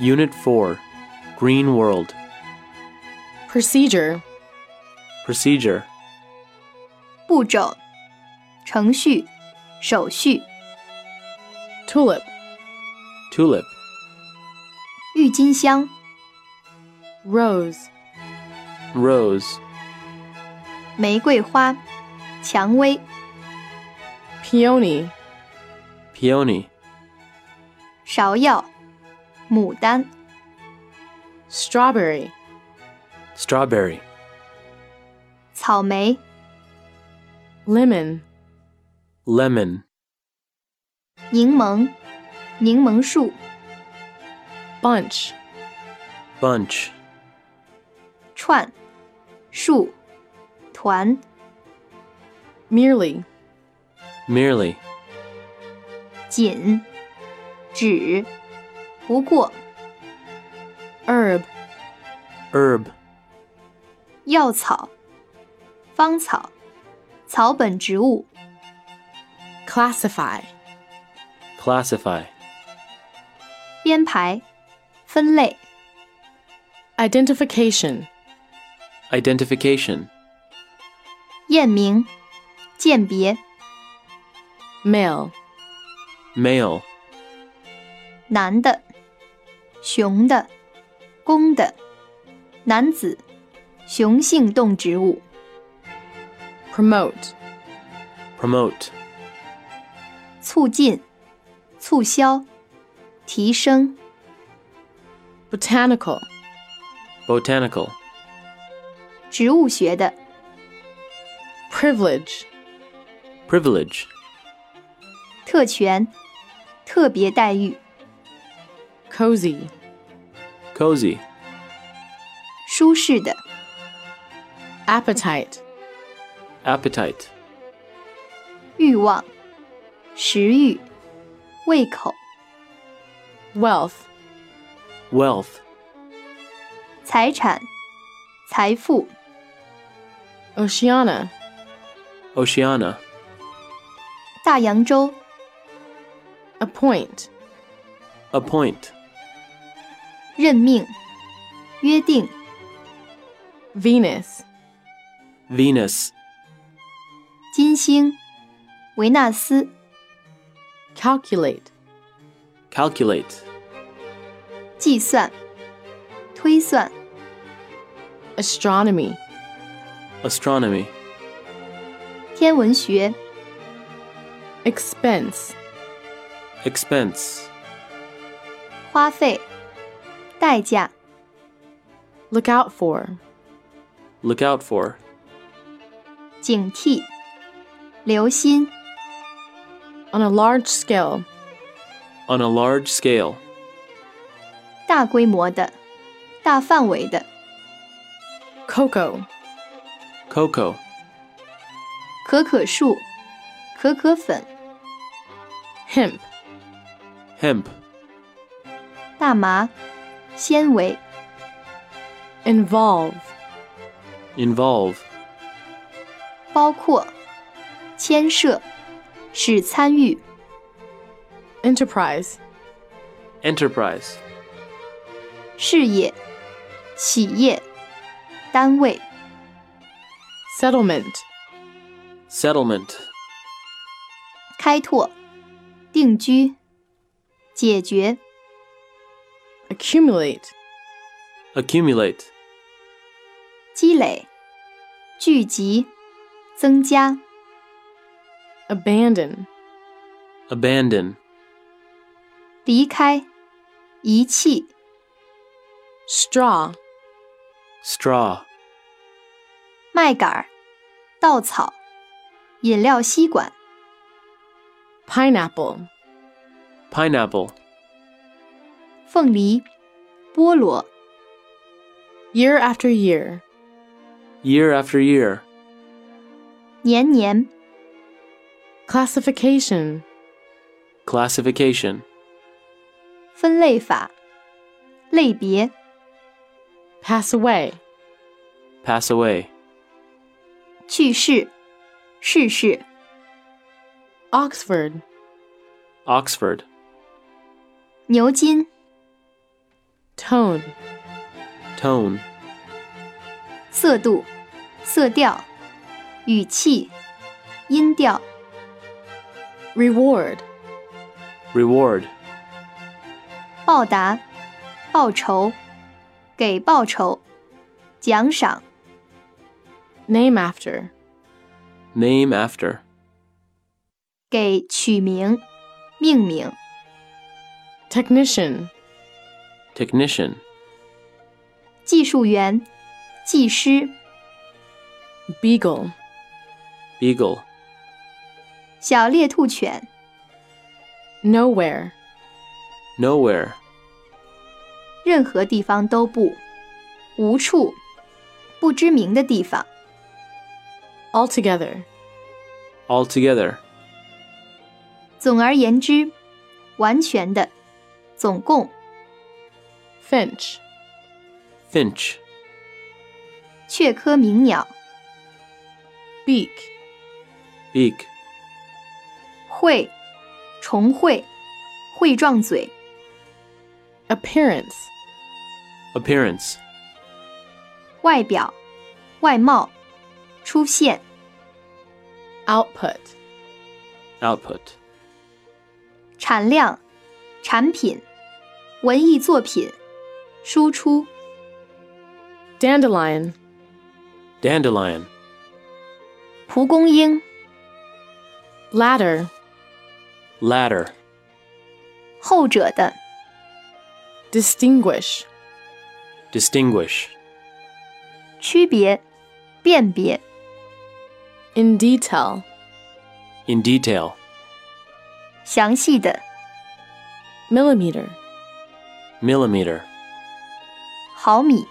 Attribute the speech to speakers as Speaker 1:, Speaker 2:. Speaker 1: Unit 4 Green World
Speaker 2: Procedure.
Speaker 1: Procedure
Speaker 3: 步骤、程序、手续、
Speaker 2: Tulip.
Speaker 1: Tulip
Speaker 3: 郁金香、
Speaker 2: Rose.
Speaker 1: Rose
Speaker 3: 玫瑰花、蔷薇、
Speaker 2: Peony.
Speaker 1: Peony
Speaker 3: 芍药、牡丹、
Speaker 2: Strawberry.
Speaker 1: Strawberry
Speaker 3: 草莓、
Speaker 2: Lemon.
Speaker 1: Lemon
Speaker 3: 柠檬、柠檬树、
Speaker 2: Bunch.
Speaker 1: Bunch
Speaker 3: 串、树、团、
Speaker 2: Merely.
Speaker 1: Merely
Speaker 3: 仅、只、不过、
Speaker 2: Herb.
Speaker 1: Herb
Speaker 3: 药草、芳草、草本植物、
Speaker 2: Classify.
Speaker 1: Classify
Speaker 3: 编排、分类、
Speaker 2: Identification.
Speaker 1: Identification
Speaker 3: 验明、鉴别、
Speaker 2: Male.
Speaker 1: Male
Speaker 3: 男的、雄的、公的、男子、雄性动植物、
Speaker 2: Promote.
Speaker 1: Promote
Speaker 3: 促进、促销、提升、
Speaker 2: Botanical.
Speaker 1: Botanical
Speaker 3: 植物学的、
Speaker 2: Privilege.
Speaker 1: Privilege
Speaker 3: 特权、特别待遇、
Speaker 2: Cozy.
Speaker 1: Cozy
Speaker 3: 舒适的、
Speaker 2: Appetite.
Speaker 1: Appetite
Speaker 3: 欲望、食欲、胃口、
Speaker 2: Wealth.
Speaker 1: Wealth
Speaker 3: 财产、财富、
Speaker 2: Oceana.
Speaker 1: Oceania
Speaker 3: 大洋洲、
Speaker 2: Appoint.
Speaker 1: Appoint
Speaker 3: 任命、约定、
Speaker 2: Venus.
Speaker 1: Venus
Speaker 3: 金星、维纳斯、
Speaker 2: Calculate.
Speaker 1: Calculate
Speaker 3: 计算、推算、
Speaker 2: Astronomy.
Speaker 1: Astronomy
Speaker 3: 天文学、
Speaker 2: Expense.
Speaker 1: Expense
Speaker 3: 花费、代价、
Speaker 2: Look out for.
Speaker 1: Look out for
Speaker 3: 警惕、留心、
Speaker 2: On a large scale.
Speaker 1: On a large scale
Speaker 3: 大规模的、大范围的、
Speaker 2: Cocoa.
Speaker 1: Cocoa
Speaker 3: 可可树、可可粉、
Speaker 2: Hemp.
Speaker 1: Hemp
Speaker 3: 大麻、纤维、
Speaker 2: Involve.
Speaker 1: Involve
Speaker 3: 包括、牵涉、使参与、
Speaker 2: Enterprise.
Speaker 1: Enterprise
Speaker 3: 事业、企业、单位、
Speaker 2: Settlement.
Speaker 1: Settlement
Speaker 3: 开拓、定居、解决、
Speaker 2: Accumulate.
Speaker 1: Accumulate
Speaker 3: 积累、聚集、增加、
Speaker 2: Abandon.
Speaker 1: Abandon
Speaker 3: 离开、遗弃、
Speaker 2: Straw.
Speaker 1: Straw
Speaker 3: 麦秆儿、稻草、饮料吸管、
Speaker 2: Pineapple.
Speaker 1: Pineapple
Speaker 3: 凤梨、菠萝、
Speaker 2: Year after year.
Speaker 1: Year after year
Speaker 3: 年年、
Speaker 2: Classification.
Speaker 1: Classification
Speaker 3: 分类法、类别、
Speaker 2: Pass away.
Speaker 1: Pass away
Speaker 3: 去世、逝世、
Speaker 2: Oxford.
Speaker 1: Oxford
Speaker 3: 牛津、
Speaker 2: tone,
Speaker 1: tone,
Speaker 3: 色度、色调、语气、音调、
Speaker 2: reward,
Speaker 1: reward,
Speaker 3: 报答、报酬、给报酬、奖赏、
Speaker 2: name after,
Speaker 1: name after,
Speaker 3: 给取名、命名、
Speaker 2: technician,
Speaker 1: technician,
Speaker 3: 技术员、技师、
Speaker 2: beagle,
Speaker 1: beagle,
Speaker 3: 小猎兔犬、
Speaker 2: nowhere,
Speaker 1: nowhere,
Speaker 3: 任何地方都不、无处、不知名的地方、
Speaker 2: altogether,
Speaker 1: altogether,
Speaker 3: 总而言之、完全的、总共、
Speaker 2: finch,
Speaker 1: finch,
Speaker 3: 雀科鸣鸟、
Speaker 2: beak,
Speaker 1: beak,
Speaker 3: 喙、虫喙、喙状嘴、
Speaker 2: appearance,
Speaker 1: appearance,
Speaker 3: 外表、外貌、出现、
Speaker 2: output,
Speaker 1: output,
Speaker 3: 产量、产品、文艺作品、输出、
Speaker 2: dandelion,
Speaker 1: dandelion,
Speaker 3: 蒲公英、
Speaker 2: ladder,
Speaker 1: ladder,
Speaker 3: 后者的、
Speaker 2: distinguish,
Speaker 1: distinguish,
Speaker 3: 区别、辨别、
Speaker 2: in detail,
Speaker 1: in detail,
Speaker 3: 详细的、
Speaker 2: millimeter,
Speaker 1: millimeter,
Speaker 3: 毫米、